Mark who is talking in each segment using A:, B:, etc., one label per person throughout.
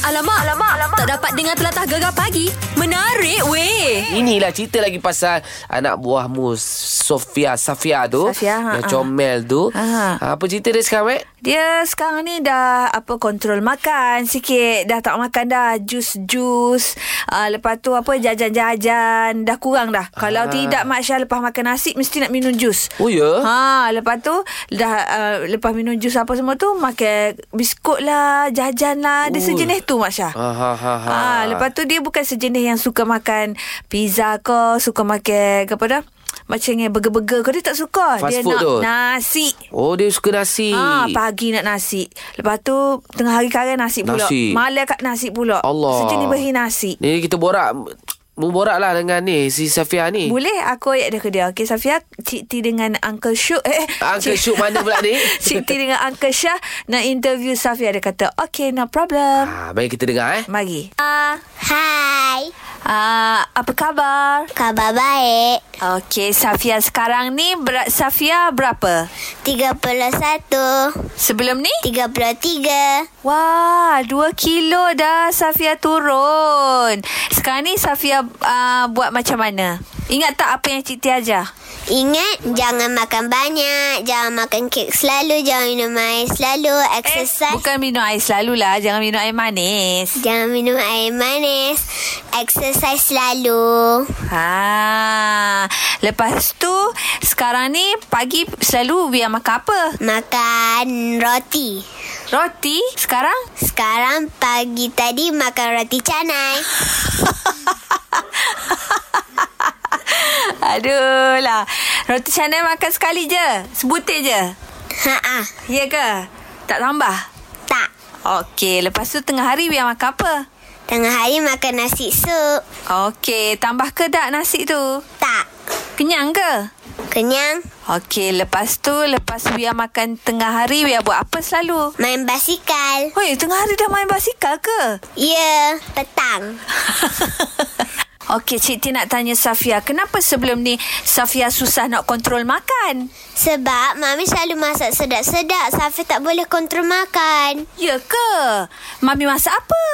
A: Alamak, alamak, alamak. Tak dapat dengar telatah gegar pagi. Menarik weh.
B: Inilah cerita lagi pasal anak buahmu Sofia Safia tu.
C: Safia, ha,
B: yang
C: ha.
B: comel tu.
C: Ha, ha.
B: Apa cerita dia sekarang, Mek?
C: Dia sekarang ni dah apa kontrol makan sikit. Dah tak makan dah jus-jus. Uh, lepas tu apa jajan-jajan. Dah kurang dah. Kalau tidak Mak Syah lepas makan nasi mesti nak minum jus.
B: Oh, ya?
C: Ha, lepas tu dah uh, lepas minum jus apa semua tu makan biskut lah, jajan lah. Dia
B: Ui.
C: sejenis tu Mak Syah.
B: Ha, ha, ha, ha.
C: Ah, lepas tu dia bukan sejenis yang suka makan pizza ke, suka makan apa dah? Macam yang burger-burger ke dia tak suka.
B: Fast
C: dia
B: food
C: nak
B: tu.
C: nasi.
B: Oh, dia suka nasi.
C: Ah, pagi nak nasi. Lepas tu tengah hari karen nasi, pula.
B: Nasi.
C: Malam kat nasi pula.
B: Allah.
C: Sejenis beri nasi.
B: Ni kita borak. Mu borak lah dengan ni, si Safia ni.
C: Boleh aku ayat dia ke dia. Okey Safia, Cik T dengan Uncle Syuk. Eh,
B: Uncle
C: Cik-
B: Syuk mana pula ni?
C: Cik T dengan Uncle Syah nak interview Safia. Dia kata, okay, no problem.
B: Ha, mari kita dengar eh.
C: Mari. Ah,
D: Hai,
C: ah, apa khabar?
D: khabar baik.
C: Okey, Safia sekarang ni berat Safia berapa?
D: 31,
C: Sebelum ni?
D: 33.
C: Wah, 2 kilo dah Safia turun. Sekarang ni Safia uh, buat macam mana? Ingat tak apa yang Cik Tia ajar?
D: Ingat, jangan makan banyak, jangan makan kek selalu, jangan minum air selalu, exercise.
C: bukan minum air selalulah. Jangan minum air manis.
D: Jangan minum air manis, exercise selalu.
C: Ha. Lepas tu, sekarang ni pagi selalu biar makan apa?
D: Makan roti.
C: Roti. Sekarang?
D: Sekarang pagi tadi makan roti canai.
C: Aduh lah. Roti canai makan sekali je. Sebutir je.
D: Haa,
C: Ya ke? Tak tambah?
D: Ha, ah. tak.
C: Okey, lepas tu tengah hari biar makan apa?
D: Tengah hari makan nasi sup.
C: Okey, tambah ke tak nasi tu?
D: Tak.
C: Kenyang ke?
D: Kenyang,
C: Okey, lepas tu lepas biar makan tengah hari biar buat apa selalu?
D: main basikal.
C: Hoi, tengah hari dah main basikal ke?
D: Ya, petang.
C: Okey, Cik Ti nak tanya Safia, kenapa sebelum ni Safia susah nak kontrol makan?
D: Sebab Mami selalu masak sedap-sedap. Safi tak boleh kontrol makan.
C: Ya ke? Mami masak apa?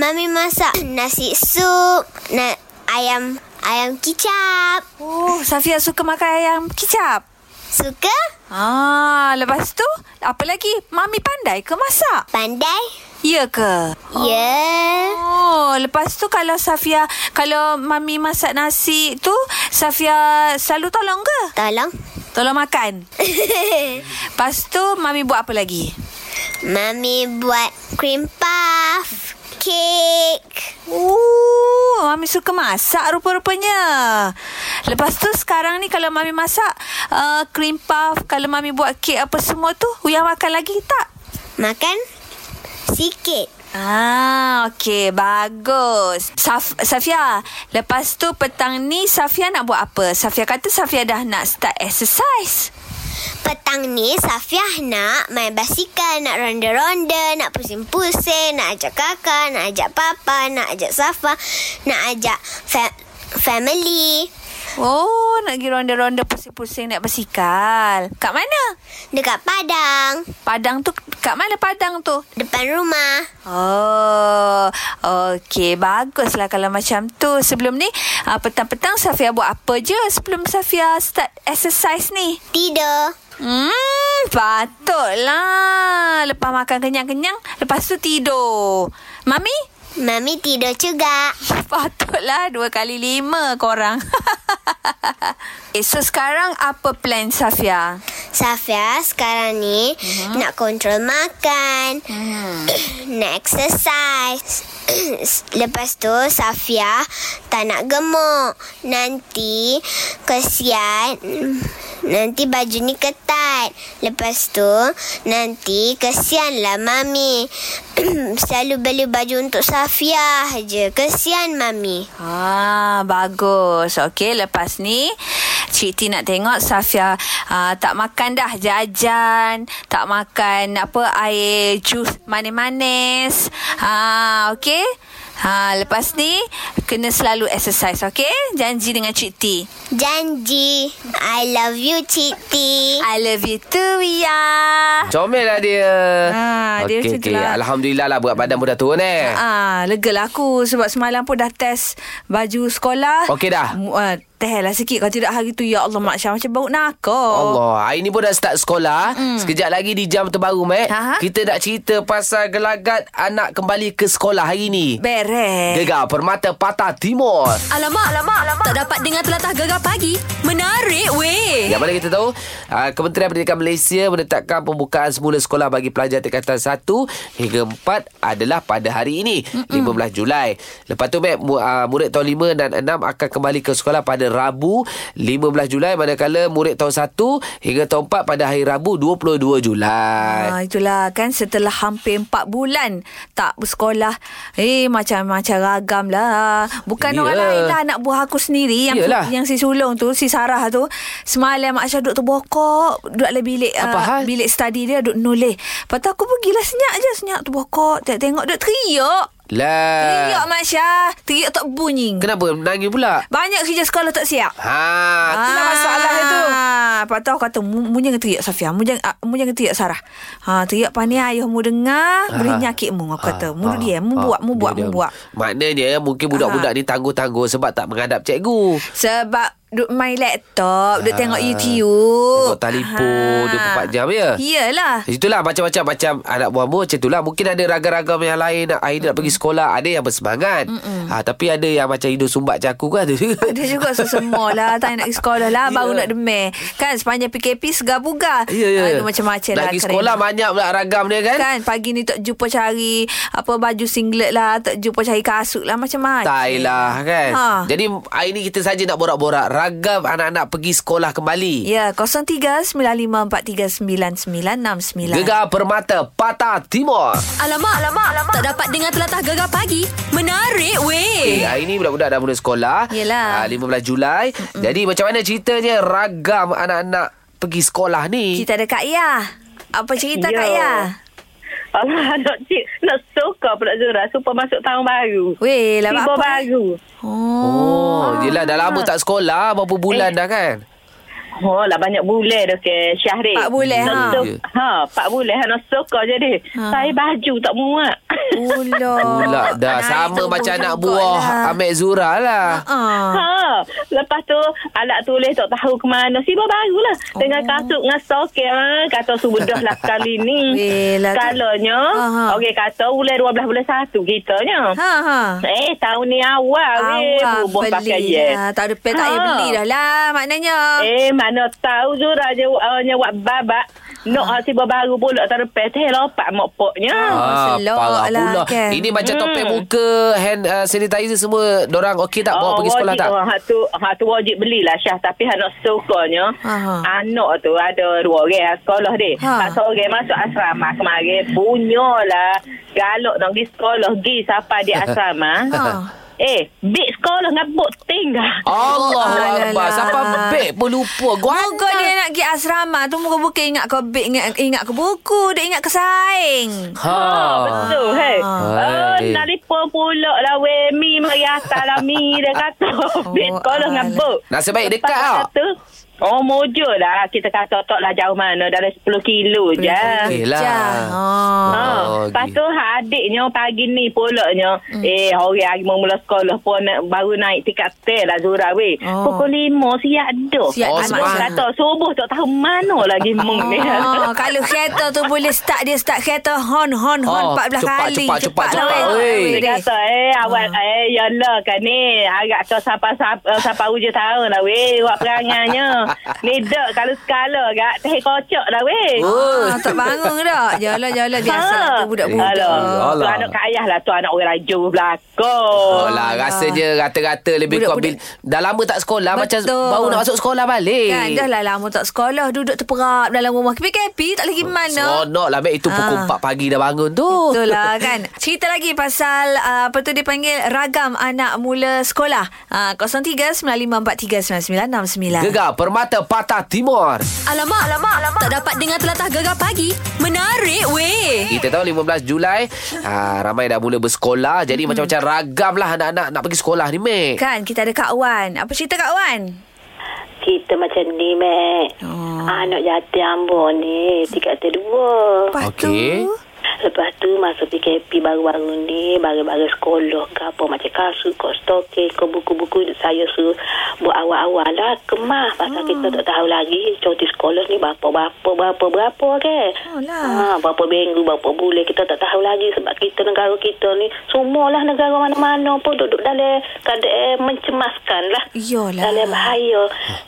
D: Mami masak nasi sup, na- ayam ayam kicap.
C: Oh, Safia suka makan ayam kicap.
D: Suka?
C: Ah, lepas tu apa lagi? Mami pandai ke masak?
D: Pandai?
C: Ya ke?
D: Ya. Yeah.
C: Oh, lepas tu kalau Safia kalau mami masak nasi tu Safia selalu tolong ke?
D: Tolong.
C: Tolong makan. Lepas tu mami buat apa lagi?
D: Mami buat cream puff, kek.
C: Oh, mami suka masak rupa-rupanya. Lepas tu sekarang ni kalau mami masak uh, cream puff, kalau mami buat kek apa semua tu, Uya makan lagi tak?
D: Makan sikit.
C: Ah, okey, bagus. Saf- Safia, lepas tu petang ni Safia nak buat apa? Safia kata Safia dah nak start exercise.
D: Petang ni Safiah nak main basikal, nak ronda-ronda, nak pusing-pusing, nak ajak kakak, nak ajak papa, nak ajak Safa, nak ajak fa- family
C: Oh, nak pergi ronda-ronda pusing-pusing naik basikal. Kat mana?
D: dekat padang,
C: Padang tu, kat mana padang tu?
D: depan rumah.
C: Oh, okey. Baguslah kalau macam tu. Sebelum ni, ah, petang-petang Safia buat apa je sebelum Safia start exercise ni?
D: Tidur.
C: Hmm, patutlah. Lepas makan kenyang-kenyang, lepas tu tidur. Mami,
D: Mami tidur juga.
C: patutlah dua kali lima korang. eh, so sekarang apa plan Safia?
D: Safia sekarang ni nak kontrol makan, nak exercise. Lepas tu Safia tak nak gemuk. Nanti kesian nanti baju ni ketat. Lepas tu nanti kesianlah mami. Selalu beli baju untuk Safia je. Kesian mami.
C: Ah, bagus. Okey, lepas ni Cik Ti nak tengok Safia ah, tak makan dah jajan, tak makan apa air jus manis-manis. Ah, okey. Ha, lepas ni kena selalu exercise, okey? Janji dengan Cik T.
D: Janji. I love you, Cik T.
C: I love you too, Wia.
B: Comel lah dia.
C: Ah, dia macam tu lah.
B: Alhamdulillah lah berat badan pun dah turun eh.
C: Ah, lega lah aku sebab semalam pun dah test baju sekolah.
B: Okey dah.
C: M- Uh, teh lah sikit kalau tidak hari tu ya Allah Mak Syah macam bau nakal.
B: Allah, hari ni pun dah start sekolah.
C: Hmm.
B: Mm. Sekejap lagi di jam terbaru, Mat.
C: Aha.
B: Kita nak cerita pasal gelagat anak kembali ke sekolah hari ni.
C: Beres.
B: Gegar Permata Patah Timur.
A: Alamak, alamak, alamak. Tak dapat dengar telatah gegar pagi. Menarik weh.
C: Ya.
B: Yang mana Ya, kita tahu ah, Kementerian Pendidikan Malaysia menetapkan pembukaan semula sekolah bagi pelajar tingkatan 1 hingga 4 adalah pada hari ini 15 Julai. Lepas tu Mek, mu- ah, murid tahun 5 dan 6 akan kembali ke sekolah pada Rabu 15 Julai manakala murid tahun 1 hingga tahun 4 pada hari Rabu 22 Julai.
C: Ah, itulah kan setelah hampir 4 bulan tak bersekolah. Eh macam-macam ragam lah. Bukan
B: Ya.
C: yeah. orang lain lah anak buah aku sendiri yang
B: Yalah.
C: yang si sulung tu, si Sarah tu. Semalam Mak Syah duduk terbokok, duduk dalam bilik ah,
B: Apa hal?
C: bilik study dia duduk nulis. Lepas tu aku pergilah senyap je, senyap terbokok, tak tengok duduk teriak. Teriak
B: Lah.
C: Mak Syah, teriak tak bunyi.
B: Kenapa nangis pula?
C: Banyak kerja sekolah tak siap.
B: Ha, itulah masalah
C: Ah,
B: itu.
C: Lepas tu aku kata mu, mu jangan teriak Safia Mu jangan, ah, mu jangan teriak Sarah ha, Teriak pandai ayah mu dengar
B: Ah.
C: Boleh nyakit mu Aku kata Mu
B: Ah,
C: duduk dia Mu
B: ah,
C: buat Mu
B: dia-
C: buat Mu
B: dia-
C: buat Ha.
B: Maknanya mungkin budak-budak ni tangguh-tangguh sebab tak menghadap cikgu.
C: Sebab Duk main laptop Duk
B: Ah.
C: tengok YouTube Ah.
B: Tengok telefon, 24 jam, ya?
C: Iyalah
B: Itulah macam-macam macam anak buahmu macam itulah mungkin ada ragam-ragam yang lain nak hari ni nak pergi sekolah ada yang bersemangat ha, tapi ada yang macam hidung sumbat macam aku kan ada juga
C: ada juga sesama lah Tak nak pergi sekolah lah Baru
B: Ya.
C: nak demel Kan sepanjang PKP Segar-bugar
B: ya ya
C: Aduh, Macam-macam lah
B: nak pergi
C: keren.
B: sekolah banyak pula ragam dia kan,
C: Kan pagi ni tak jumpa cari Apa baju singlet lah Tak jumpa cari kasut lah Macam-macam
B: Tai lah kan
C: Ha.
B: Jadi hari ni kita saja nak borak-borak Ragam anak-anak pergi sekolah kembali
C: Ya, 0395439969.
B: Gegar Permata Patah Timur
A: Alamak, alamak, alamak. Tak dapat dengar telatah gegar pagi. Menarik
B: Eh,
A: weh.
B: hari ni budak-budak dah mula sekolah.
C: Yelah.
B: Ah, 15 Julai. Mm-mm. Jadi macam mana ceritanya ragam anak-anak pergi sekolah ni?
C: Kita ada Kak Yah. Apa cerita
E: Ya.
C: Kak Yah?
E: Alah, nak cik, nak suka pula Zura. Supaya masuk tahun baru.
C: Weh, lah
E: Tiba
C: apa?
E: baru.
B: Oh, yelah dah lama tak sekolah, berapa bulan eh. dah kan?
E: Oh, lah banyak bulan dah ke Syahri.
C: Empat bulan,
E: Nak
C: ha.
E: su- Ha, empat bulan. Ha, nak suka je dia.
C: Ha.
E: Saya baju tak muat.
C: Pula.
B: Pula
C: Anak
B: dah sama
C: itu
B: macam anak
C: sangkut
B: buah
C: lah.
B: lah. Amek Zura lah.
C: Ah.
E: Ha, lepas tu anak tulis tak tahu ke mana. Siba barulah. Dengan
C: Oh.
E: kasut dengan soket. Ha, kata sudah lah kali ni.
C: Weh, lah tu.
E: Kalanya,
C: Ha, ha.
E: okey kata bulan 12 bulan 1 kitanya.
C: Ha ha.
E: Eh, tahun ni awal. weh, berubah
C: Awak beli
E: pakaian.
C: lah. Tak ada pay tak payah
E: Ha.
C: beli dah lah maknanya.
E: Eh, mana tahu Zura je uh, nyawak babak. Nak ha. tiba baru pula terlepas teh lopak mak poknya.
B: Ah,
C: selok
B: parah
C: lah,
B: pula.
C: kan?
B: Ini macam
E: Hmm.
B: topeng muka, hand uh, sanitizer semua. Dorang okey tak bawa pergi sekolah
E: wajib,
B: tak?
E: Oh, hak tu, hak tu wajib belilah Syah. Tapi hak nak sukanya,
C: Aha.
E: anak tu ada dua orang sekolah dia.
C: Ha.
E: Ha. Satu orang masuk asrama kemarin. Punyalah. Galak nak pergi sekolah. Pergi siapa di asrama.
C: Ha.
E: Eh, big sekolah ngabuk tinggal.
B: Allah
C: Alah.
B: Akbar. Siapa bebek pun lupa.
C: Muka
B: Guana.
C: dia nak pergi asrama tu muka buka ingat ke beg ingat, ingat ke buku dia ingat ke saing.
B: Ha.
E: Oh, betul hei.
B: Ah.
E: Oh,
B: Hai.
E: telefon pula lah weh mi mari atas lah mi dia kata. Bik sekolah dengan
C: alah.
E: bok.
B: Nasib baik
E: Lepas
B: dekat tak?
E: kata, Oh mojo lah Kita kata tak lah jauh mana Dalam 10 kilo je
B: Okey lah.
C: Ha.
E: Ha,
B: Oh,
E: lepas
B: okey.
E: tu hak adiknya pagi ni pulaknya mm. eh hari hari mau mula sekolah pun nak, baru naik tiket tel lah Zura weh.
C: Oh.
E: Oh. Pukul 5 siap dah.
C: Siap
B: dah,
E: Anak
B: Mak.
E: kata subuh tak tahu mana lagi mung ni.
C: Oh, kalau kereta tu boleh start dia start kereta hon hon hon
B: Oh,
C: 14
B: cepat,
C: kali.
B: cepat, cepat,
C: lah,
B: cepat.
C: weh.
B: Weh.
E: Dia
C: Weh.
E: kata eh awak ha. eh yalah kan ni agak kau sampai sampai hujung tahun lah weh awak perangannya. ni dak kalau skala gak teh kocok lah weh.
C: Ah, tak bangun tak? Jalan jalan biasa
E: Ha.
C: lah tu budak-budak.
E: Alah,
B: Alah.
E: tu anak kat ayah lah tu anak orang laju belakang.
B: Oh lah rasanya rata-rata lebih kurang
C: Budak-budak-
B: bil, dah lama tak sekolah macam
C: Betul.
B: baru nak masuk sekolah balik.
C: Kan dah lah lama tak sekolah duduk terperap dalam rumah PKP tak
B: Oh,
C: lagi mana.
B: Seronok lah Mek Itu pukul
C: Ah.
B: 4 pagi dah bangun tu
C: Betul lah kan Cerita lagi pasal uh, Apa tu dia panggil Ah, Ragam anak mula sekolah uh, 03 95439969
B: Gegar Permata Permata Patah Timur.
A: Alamak, alamak, alamak. Tak dapat dengar telatah gegar pagi. Menarik weh.
B: Kita tahu 15 Julai ha, Ramai dah mula bersekolah Jadi macam-macam ragam lah Anak-anak nak pergi sekolah ni Mek
C: Kan kita ada Kak Wan. Apa cerita Kak Wan?
F: Cerita macam ni, Mak.
C: Oh.
F: Oh. Anak yatim ambon ni, tiga atau dua.
C: Lepas
B: Okey.
C: tu
F: Lepas tu masuk PKP baru-baru ni, baru-baru sekolah ke apa, macam kasut, kot stokin, kot buku-buku saya suruh buat awal-awal lah, kemah. Pasal hmm. kita tak tahu lagi, cuti sekolah ni berapa, berapa, berapa, berapa ke.
C: Oh lah.
F: Ha, berapa minggu, berapa bulan, kita tak tahu lagi sebab kita negara kita ni, semualah negara mana-mana pun duduk dalam keadaan mencemaskan lah.
C: Iyalah.
F: Dalam bahaya.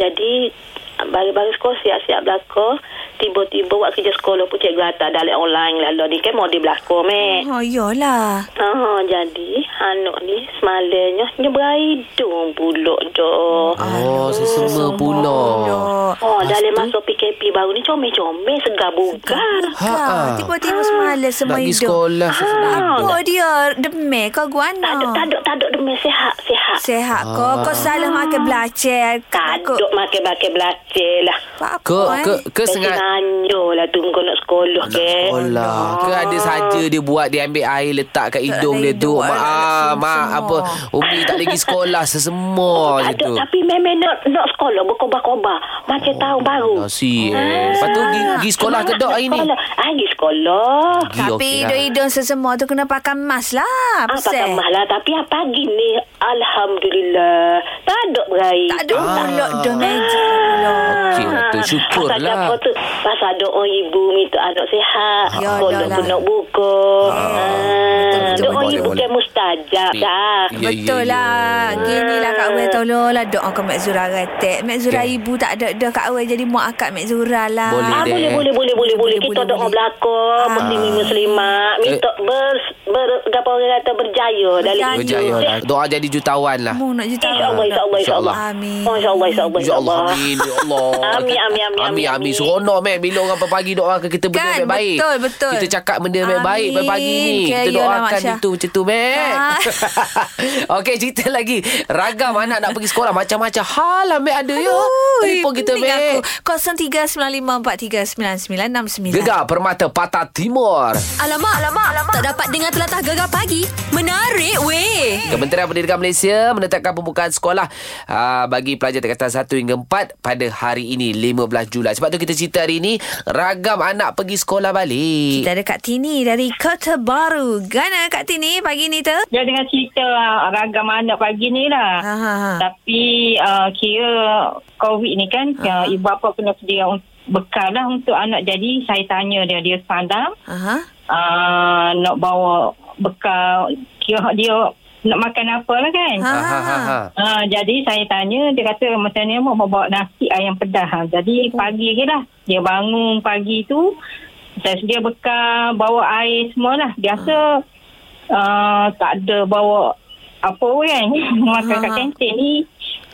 F: Jadi bagi-bagi sekolah siap-siap belakang tiba-tiba buat kerja sekolah pun cikgu hantar dalam online lalu ni kan model belakang mek
C: Oh iyalah.
F: Oh, jadi anak ni semalamnya dia berhidung buluk dah.
B: Oh sesama pula
F: Oh, dalam masa PKP baru ni comel-comel segar bugar.
B: Ha, ha.
C: Ha, tiba-tiba semalam semua
B: Nak pergi
C: hidup. Ah,
B: sekolah sesama
C: Apa
B: hidup.
C: dia? Demik kau
F: Tak ada,
C: guana.
F: tak ada, tak ada demi sehat, sehat.
C: Sehat
B: Ah.
C: kau. Kau salah makan belacan.
F: Tak ada makan-makan belacir lah.
C: Apa
B: Ke ke
C: eh?
B: ke
F: Kasi
B: sengat
F: nanyo lah tunggu nak sekolah ke.
B: Sekolah Ke ada saja dia buat Dia ambil air letak kat hidung dia
C: hidung,
B: tu Mak,
C: anak-anak
B: ah, mak
C: semua.
B: apa Umi tak lagi sekolah Sesema je
F: Ada
B: tu
F: tapi memang nak nak sekolah berkobar-kobar macam tahun baru.
B: Nasi eh. Lepas tu pergi, pergi sekolah ke dok hari ni
F: Sekolah. Ah, pergi sekolah.
B: Pergi,
C: Tapi
B: okey lah.
C: hidung-hidung sesemua tu kena pakai mask lah.
F: Ah,
C: Pasal.
F: pakai mah lah. Tapi ah, pagi ni, Alhamdulillah. Tak ada berai. Ah.
C: Tak ada
B: Ah.
C: pulak dah magic pulak.
B: Okey lah tu syukurlah.
F: Pasal apa tu? Pasal ada orang ibu minta anak sihat.
C: Ya,
F: Sekolah
C: dah
F: pun
C: lah.
F: nak buka.
B: Ah,
C: Betul,
F: Ah,
C: betul,
F: Ada orang
B: boleh,
F: ibu
B: boleh.
F: kan mustajab ah.
B: Ni.
F: dah.
B: Ya,
C: Betul
B: ya,
C: lah.
B: ya.
C: Gini lah Kak Wei tolonglah doa ke Mak Zura retek. Mak Zura
B: Okey.
C: ibu tak ada dah Kak Wei jadi muak akak Mak Zura lah.
B: Boleh
F: Ah,
B: deh.
F: boleh, boleh, boleh, boleh, boleh.
C: Boleh,
F: Kita
C: boleh,
F: doa
C: boleh.
F: belakang,
C: Ah.
F: muslimin muslimat.
B: Eh.
F: Minta ber, ber, apa orang kata, berjaya. dalam hidup.
B: Berjaya lah. Doa jadi jutawan lah
C: Mu nak juta.
F: InsyaAllah, insyaAllah, insyaAllah.
C: Amin.
F: Oh, InsyaAllah, insyaAllah,
B: InsyaAllah Amin Ya Allah
F: Amin, amin, amin,
B: Amin,
F: amin,
B: amin.
F: amin.
B: Seronok Mac Bila orang pagi doa ke Kita benda
C: Kan,
B: baik-baik
C: betul, betul.
B: Kita cakap benda baik-baik Pagi ni
C: Amin.
B: Kita
C: Ke, yalah,
B: doakan
C: Mak Syah.
B: itu Macam tu Mac
C: Ah.
B: Okey cerita lagi Ragam anak nak pergi sekolah Macam-macam Hal lah Mac ada ya Telefon kita Mac
C: 0395439969.
B: Gegar Permata Patah Timur
A: Alamak, alamak, alamak. Tak dapat dengar telatah gegar pagi. Menarik weh.
B: Kementerian Pendidikan Malaysia menetapkan pembukaan sekolah aa, bagi pelajar tingkatan 1 hingga 4 pada hari ini 15 Julai. Sebab tu kita cerita hari ini ragam anak pergi sekolah balik.
C: Kita ada Kak Tini dari Kota Baru. Gana Kak Tini pagi ni tu?
E: Dia dengan cerita ah, ragam anak pagi ni lah.
C: Ha, ha, ha.
E: Tapi uh, kira COVID ni kan, uh, ibu bapa kena sedia un- bekal lah untuk anak. Jadi saya tanya dia, dia sadar
C: Aha.
E: uh, nak bawa bekal. Kira dia nak makan apa lah kan.
C: Ha.
B: Ha ha ha. ha.
E: Uh, jadi saya tanya, dia kata macam ni mak mau bawa nasi ayam pedas. Ha. Jadi pagi je lah. Dia bangun pagi tu, saya sedia bekal, bawa air semua lah. Biasa uh, tak ada bawa apa pun kan. Makan kat
C: Ha.
E: kantin ni,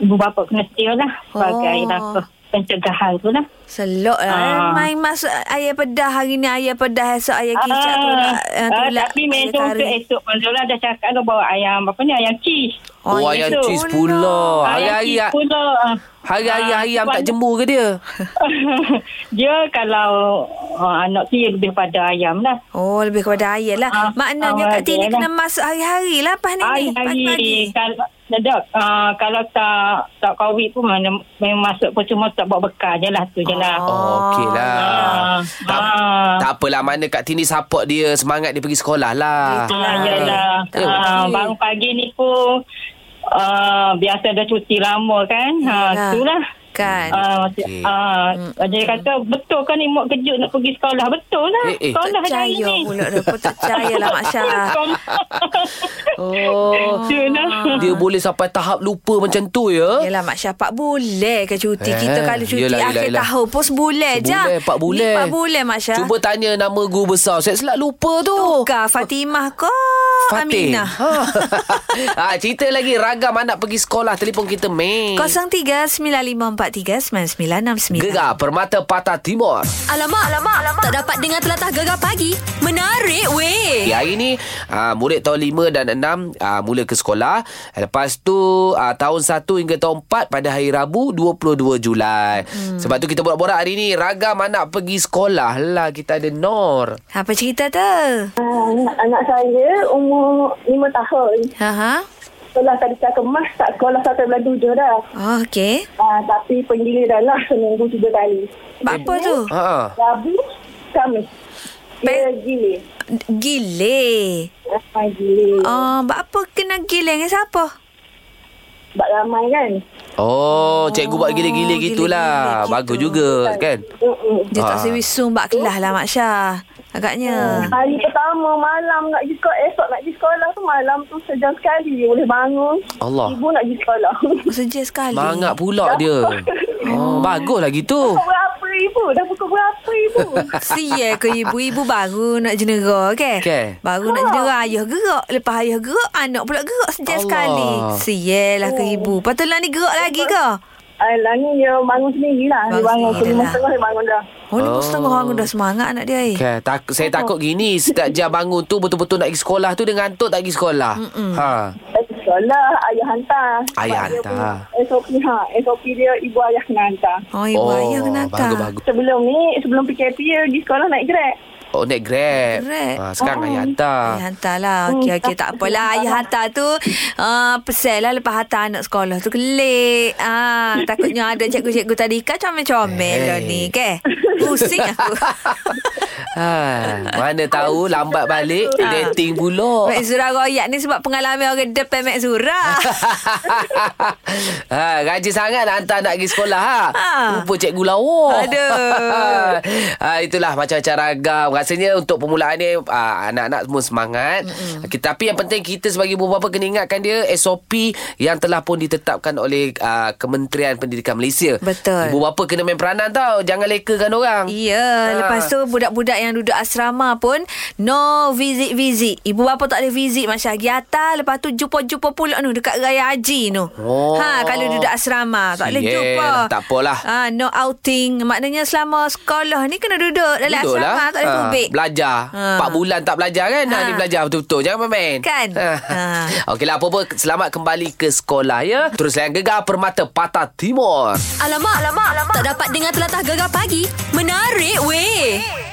E: ibu bapa kena sedia lah. Sebagai
C: Oh.
E: langkah pencegahan tu lah.
C: Selok lah. eh.
E: Ah.
C: Main masuk ayam pedas hari ni. Ayam pedas esok ayam kicap tu
E: Ah,
C: lah. eh, tu
E: ah,
C: lah,
E: tapi
C: ayam
E: memang
C: kari.
E: untuk esok Manzola dah cakap dah bawa ayam apa ni ayam cheese.
B: Oh,
C: Oh,
B: ayam
E: itu.
B: cheese pula.
E: Ah. ayam
B: Oh, Hari-hari ya.
E: cheese pula. Ah.
B: hari-hari
E: Ah,
B: ayam tak
E: sebab-
B: jemur ke dia?
E: dia kalau uh, anak tu dia lebih pada ayam lah.
C: Oh, lebih kepada ayam lah.
E: Ah,
C: Maknanya
E: ah,
C: Kak Tini
E: ayam
C: kena
E: lah.
C: masuk hari-hari lah pas ni. ni, pagi-pagi.
E: Hari-hari kalau sedap uh, kalau tak tak covid pun mana memang masuk pun cuma tak bawa bekal je lah tu je lah.
B: Oh, okey lah.
E: Ah,
B: Tak,
E: ah.
B: tak apalah mana Kak Tini support dia, semangat dia pergi sekolah lah.
E: Ah, yalah.
B: Eh,
E: Ah,
C: okey.
E: bangun pagi ni pun uh, biasa dah cuti lama kan. Ha,
C: Yalah.
E: tu lah.
C: Kan.
E: Ah,
B: Okey. Hmm.
E: ah, dia kata betul kan ni mak kejut nak pergi sekolah betul lah
B: Eh, eh,
E: sekolah hari
C: Percaya
E: ni
C: pula dah. Kau percaya lah Mak Syah.
B: Oh.
E: Tu lah.
B: Dia boleh sampai tahap lupa macam tu ya.
C: Yelah Mak Syafak boleh ke cuti
B: Eh,
C: Kita kalau cuti
B: yelah, yelah,
C: akhir
B: yelah.
C: tahun pun sebulan je
B: Sebulan, empat bulan.
C: Ni Empat bulan Mak Syah
B: Cuba tanya nama guru besar. Saya selak lupa tu.
C: Tukar Fatimah ke
B: Fatih.
C: Aminah
B: Ha. ha, cerita lagi ragam anak pergi sekolah telefon kita Mei.
C: 0395439969
B: Gegar Permata Patah Timur.
A: Alamak, alamak, alamak. Tak dapat dengar telatah gegar pagi. Menarik weh.
B: Ya. Okay, hari ni ha, ah, murid tahun 5 dan 6 6 uh, mula ke sekolah. Lepas tu uh, tahun 1 hingga tahun 4 pada hari Rabu 22 Julai. Hmm. Sebab tu kita borak-borak hari ni ragam anak pergi sekolah lah kita ada Nor.
C: Apa cerita tu?
G: Anak, anak saya umur 5 tahun.
C: Ha ha.
G: Sekolah tadi saya kemas tak sekolah sampai bulan tujuh dah.
C: Oh, okey.
G: Ah, tapi penggiliran lah seminggu tiga kali.
C: Buat Apa tu?
B: Ha. Uh.
G: Rabu, Khamis. Dia Ah, giling.
C: Giling.
G: Ramai giling.
C: Oh, buat apa kena giling dengan siapa?
G: Sebab ramai kan.
B: Oh, cikgu buat gila-gila
C: Oh,
B: gitulah.
C: gila-gila
B: Bagus
C: gitu.
B: juga kan.
G: Mm-mm.
C: Dia tak
B: Ah. Oh.
C: sewi sum buat kelas lah Mak Syah. Agaknya.
G: Hari pertama malam nak pergi sekolah, esok nak pergi sekolah tu malam tu sejam sekali je boleh bangun.
B: Allah.
G: Ibu nak pergi sekolah.
C: Seja sekali.
B: Mangap pula dia. Oh, baguslah gitu.
G: Pukul berapa ibu? Dah pukul berapa ibu?
C: Sia eh, ke ibu-ibu baru nak jenera kan?
B: Okey.
C: Baru nak jenera ayah gerak. Lepas ayah gerak, anak pula gerak sejak
B: Allah.
C: sekali. Sia lah ke ibu. Patutlah ni gerak lagi ke?
G: Alah Ah, lah ni dia bangun sendiri lah. Dia
C: Bangun
G: bangun
C: sendiri
G: pukul lima
C: dah.
G: setengah dia bangun dah.
C: Oh, ni
B: Oh.
C: oh. setengah orang dah semangat anak dia. Eh.
B: Okay, tak, saya takut gini Setiap jam bangun tu Betul-betul nak pergi sekolah tu Dia ngantuk tak pergi sekolah ha.
G: Saya pergi sekolah, ayah hantar.
B: Ayah
G: Sebab dia
B: hantar.
G: punya SOP, ha. SOP dia ibu ayah kena hantar.
C: Oh, ibu
B: Oh,
C: ayah kena hantar.
B: Bagus-bagus
G: Sebelum ni, sebelum PKP dia pergi sekolah naik grab.
B: Oh naik grab,
C: Grab.
B: Ha, Sekarang ayah hantar
C: Ayah hantar lah. Okey, okey. Tak apalah. Ayah hantar tu uh, pesel lah lepas hantar anak sekolah tu kelik. Ah, takutnya ada cikgu-cikgu tadi kan comel-comel hey. lah
B: Hey.
C: ni. Ke? Pusing aku.
B: ha, Mana tahu lambat balik
C: Ah.
B: Dating pula
C: Mek Zura royak ni sebab pengalaman orang depan Mek Zura.
B: ha, rajin sangat nak hantar nak pergi sekolah ha.
C: Ha.
B: Rupa cikgu lawa.
C: Aduh.
B: ha, itulah macam-macam ragam. Rasanya untuk permulaan ni ha, anak-anak semua semangat. Mm-mm. Kita tapi yang penting kita sebagai ibu bapa kena ingatkan dia SOP yang telah pun ditetapkan oleh ha, Kementerian Pendidikan Malaysia.
C: Betul.
B: Ibu bapa kena main peranan tau. Jangan lekakan orang.
C: Ya,
B: Ha.
C: ha. lepas tu budak-budak yang duduk asrama pun no visit-visit. Ibu bapa tak ada visit Masya Pergi atas, lepas tu jumpa-jumpa pula nu dekat Raya Haji nu.
B: Oh.
C: Ha, kalau duduk asrama tak boleh
B: Sial,
C: jumpa.
B: tak apalah.
C: Ha, no outing. Maknanya selama sekolah ni kena duduk dalam asrama
B: Betul
C: lah, tak boleh
B: Ha,
C: tubik.
B: Belajar
C: Ha.
B: ha. 4 bulan tak belajar kan ha.
C: Ha.
B: Ni belajar betul-betul Jangan main-main
C: Kan?
B: ha.
C: Ha.
B: Okeylah apa-apa Selamat kembali ke sekolah ya Terus layan gegar Permata Patah Timur
A: Alamak, alamak, alamak. Tak dapat dengar telatah gegar pagi. Menarik, weh.